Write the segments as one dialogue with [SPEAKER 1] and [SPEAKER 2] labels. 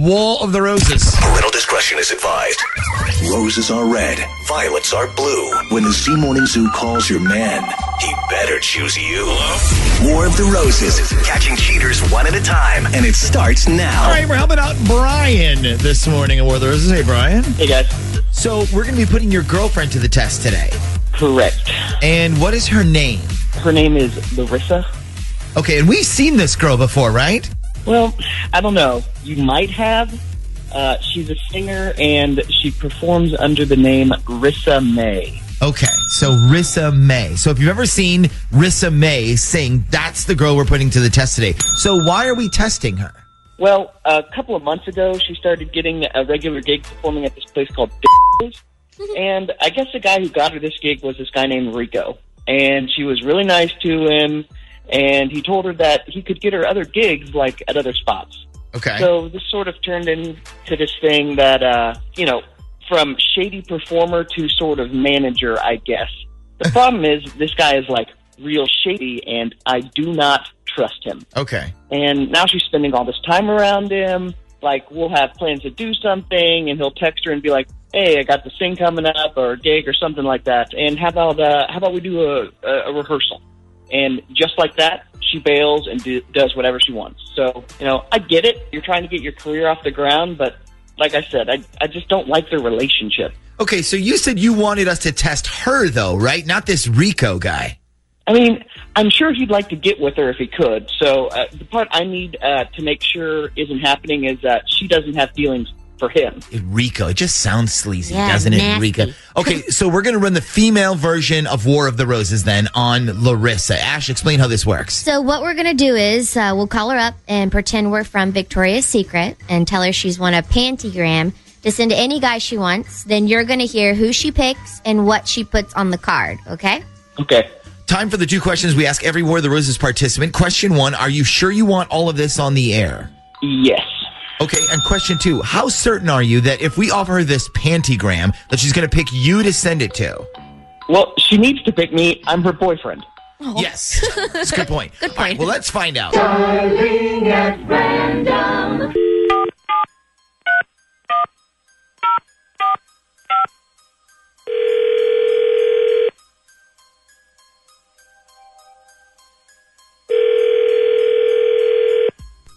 [SPEAKER 1] Wall of the Roses.
[SPEAKER 2] Parental discretion is advised. Roses are red, violets are blue. When the Sea Morning Zoo calls your man, he better choose you. War of the Roses, catching cheaters one at a time, and it starts now.
[SPEAKER 1] All right, we're helping out Brian this morning in War of the Roses. Hey, Brian.
[SPEAKER 3] Hey guys.
[SPEAKER 1] So we're going to be putting your girlfriend to the test today.
[SPEAKER 3] Correct.
[SPEAKER 1] And what is her name?
[SPEAKER 3] Her name is Larissa.
[SPEAKER 1] Okay, and we've seen this girl before, right?
[SPEAKER 3] Well, I don't know. You might have. Uh, she's a singer and she performs under the name Rissa May.
[SPEAKER 1] Okay, so Rissa May. So if you've ever seen Rissa May sing, that's the girl we're putting to the test today. So why are we testing her?
[SPEAKER 3] Well, a couple of months ago, she started getting a regular gig performing at this place called D's. And I guess the guy who got her this gig was this guy named Rico. And she was really nice to him. And he told her that he could get her other gigs, like at other spots.
[SPEAKER 1] Okay.
[SPEAKER 3] So this sort of turned into this thing that, uh, you know, from shady performer to sort of manager, I guess. The problem is this guy is like real shady, and I do not trust him.
[SPEAKER 1] okay.
[SPEAKER 3] And now she's spending all this time around him. Like, we'll have plans to do something, and he'll text her and be like, "Hey, I got this thing coming up, or a gig, or something like that." And how about uh, how about we do a, a, a rehearsal? And just like that, she bails and do, does whatever she wants. So, you know, I get it. You're trying to get your career off the ground, but like I said, I, I just don't like their relationship.
[SPEAKER 1] Okay, so you said you wanted us to test her, though, right? Not this Rico guy.
[SPEAKER 3] I mean, I'm sure he'd like to get with her if he could. So uh, the part I need uh, to make sure isn't happening is that she doesn't have feelings for him.
[SPEAKER 1] Rico. It just sounds sleazy,
[SPEAKER 4] Yeah,
[SPEAKER 1] doesn't it,
[SPEAKER 4] nasty.
[SPEAKER 1] Rico? Okay, so we're going to run the female version of War of the Roses then on Larissa. Ash, explain how this works.
[SPEAKER 4] So what we're gonna do is uh, we'll call her up and pretend we're from Victoria's Secret and tell her she's won a pantygram to send to any guy she wants. Then you're gonna hear who she picks and what she puts on the card. Okay?
[SPEAKER 3] Okay.
[SPEAKER 1] Time for the two questions we ask every War of the Roses participant. Question one Are you sure you want all of this on the air?
[SPEAKER 3] Yes.
[SPEAKER 1] Okay, and question two How certain are you that if we offer her this pantygram, that she's going to pick you to send it to?
[SPEAKER 3] Well, she needs to pick me. I'm her boyfriend.
[SPEAKER 4] Oh.
[SPEAKER 1] Yes. That's a good point. good point. well, let's find out.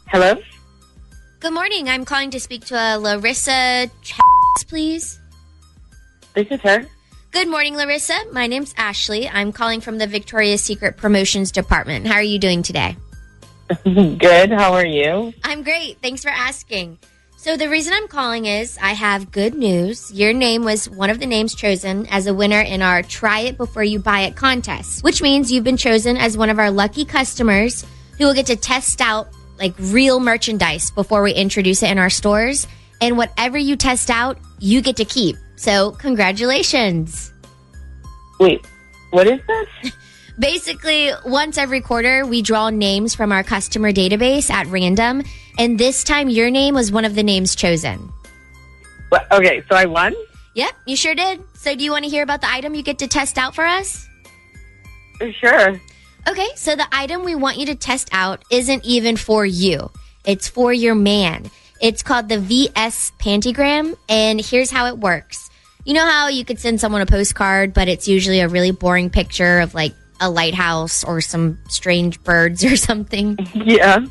[SPEAKER 3] Hello?
[SPEAKER 4] Good morning. I'm calling to speak to uh, Larissa, Ch- please.
[SPEAKER 3] This is her.
[SPEAKER 4] Good morning, Larissa. My name's Ashley. I'm calling from the Victoria's Secret Promotions Department. How are you doing today?
[SPEAKER 3] Good. How are you?
[SPEAKER 4] I'm great. Thanks for asking. So, the reason I'm calling is I have good news. Your name was one of the names chosen as a winner in our Try It Before You Buy It contest, which means you've been chosen as one of our lucky customers who will get to test out like real merchandise before we introduce it in our stores. And whatever you test out, you get to keep. So, congratulations.
[SPEAKER 3] Wait, what is this?
[SPEAKER 4] Basically, once every quarter, we draw names from our customer database at random. And this time, your name was one of the names chosen.
[SPEAKER 5] What- Okay, so I won.
[SPEAKER 4] Yep, you sure did. So, do you want to hear about the item you get to test out for us?
[SPEAKER 5] Sure.
[SPEAKER 4] Okay, so the item we want you to test out isn't even for you, it's for your man. It's called the VS Pantygram, and here's how it works. You know how you could send someone a postcard, but it's usually a really boring picture of like a lighthouse or some strange birds or something?
[SPEAKER 5] Yeah.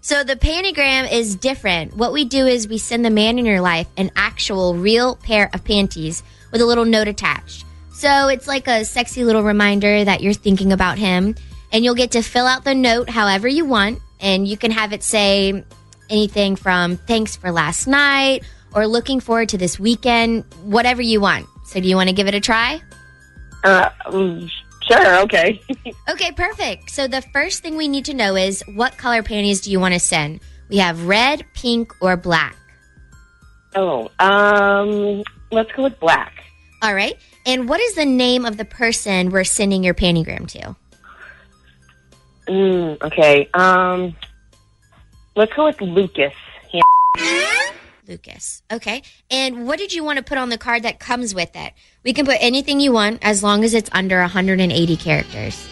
[SPEAKER 4] So the pantygram is different. What we do is we send the man in your life an actual real pair of panties with a little note attached. So it's like a sexy little reminder that you're thinking about him and you'll get to fill out the note however you want and you can have it say anything from thanks for last night or looking forward to this weekend, whatever you want. So do you want to give it a try?
[SPEAKER 5] Uh, mm, sure. Okay.
[SPEAKER 4] Okay, perfect. So the first thing we need to know is what color panties do you want to send? We have red, pink, or black.
[SPEAKER 5] Oh, um, let's go with black.
[SPEAKER 4] All right. And what is the name of the person we're sending your pantygram to?
[SPEAKER 5] Mm, okay. Um, let's go with Lucas. Yeah.
[SPEAKER 4] Lucas. Okay. And what did you want to put on the card that comes with it? We can put anything you want as long as it's under 180 characters.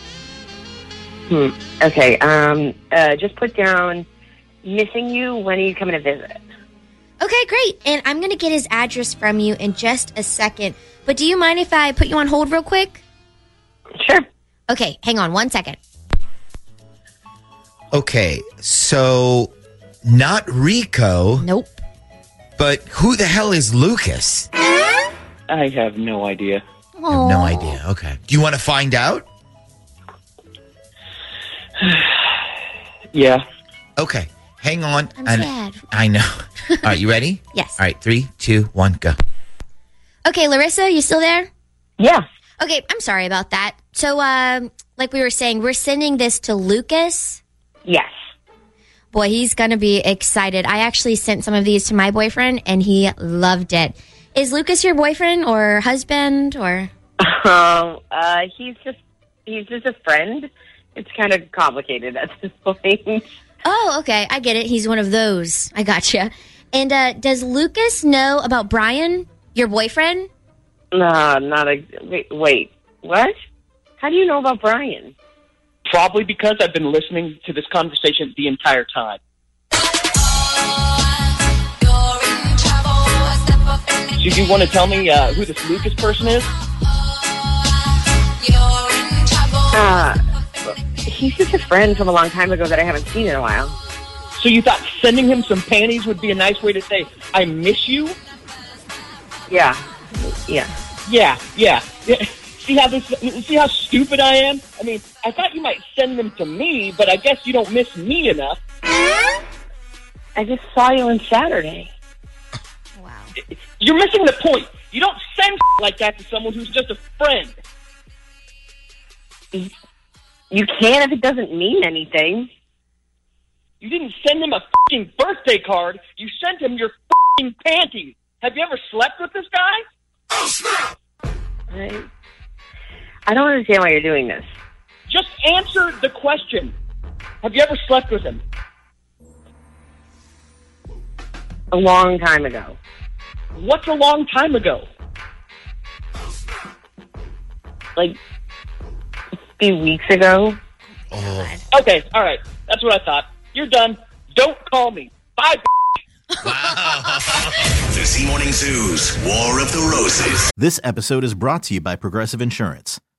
[SPEAKER 5] Hmm. Okay. Um, uh, just put down missing you. When are you coming to visit?
[SPEAKER 4] Okay, great. And I'm going to get his address from you in just a second. But do you mind if I put you on hold real quick?
[SPEAKER 5] Sure.
[SPEAKER 4] Okay, hang on one second.
[SPEAKER 6] Okay, so not Rico,
[SPEAKER 4] Nope.
[SPEAKER 6] but who the hell is Lucas? I
[SPEAKER 3] I have no idea.
[SPEAKER 6] have no idea. Okay. Do you want to find out?
[SPEAKER 3] Yeah.
[SPEAKER 6] Okay. Hang on.
[SPEAKER 4] I'm
[SPEAKER 6] I-
[SPEAKER 4] sad.
[SPEAKER 6] I know. All right, you ready?
[SPEAKER 4] Yes.
[SPEAKER 6] All right, three, two, one, go.
[SPEAKER 4] Okay, Larissa, you still there?
[SPEAKER 5] Yeah.
[SPEAKER 4] Okay, I'm sorry about that. So, um, like we were saying, we're sending this to Lucas.
[SPEAKER 5] Yes.
[SPEAKER 4] Boy, he's going to be excited. I actually sent some of these to my boyfriend and he loved it. Is Lucas your boyfriend or husband or?
[SPEAKER 5] Um, uh, he's just he's just a friend. It's kind of complicated at this point.
[SPEAKER 4] Oh, okay. I get it. He's one of those. I gotcha. And uh, does Lucas know about Brian, your boyfriend?
[SPEAKER 5] no, not a wait. Wait, what? How do you know about Brian?
[SPEAKER 3] Probably because I've been listening to this conversation the entire time. Did you want to tell me uh, who this Lucas person is?
[SPEAKER 5] Uh, he's just a friend from a long time ago that I haven't seen in a while.
[SPEAKER 3] So you thought sending him some panties would be a nice way to say, I miss you?
[SPEAKER 5] Yeah, yeah.
[SPEAKER 3] Yeah, yeah. yeah. See how this? See how stupid I am? I mean, I thought you might send them to me, but I guess you don't miss me enough.
[SPEAKER 5] I just saw you on Saturday.
[SPEAKER 4] Wow.
[SPEAKER 3] You're missing the point. You don't send like that to someone who's just a friend.
[SPEAKER 5] You can if it doesn't mean anything.
[SPEAKER 3] You didn't send him a fucking birthday card. You sent him your fucking panties. Have you ever slept with this guy?
[SPEAKER 5] Right? I don't understand why you're doing this.
[SPEAKER 3] Just answer the question. Have you ever slept with him?
[SPEAKER 5] A long time ago.
[SPEAKER 3] What's a long time ago?
[SPEAKER 5] like a few weeks ago.
[SPEAKER 3] Okay, all right. That's what I thought. You're done. Don't call me. Bye.
[SPEAKER 2] The Z Morning Zoo's War of the Roses.
[SPEAKER 1] This episode is brought to you by Progressive Insurance.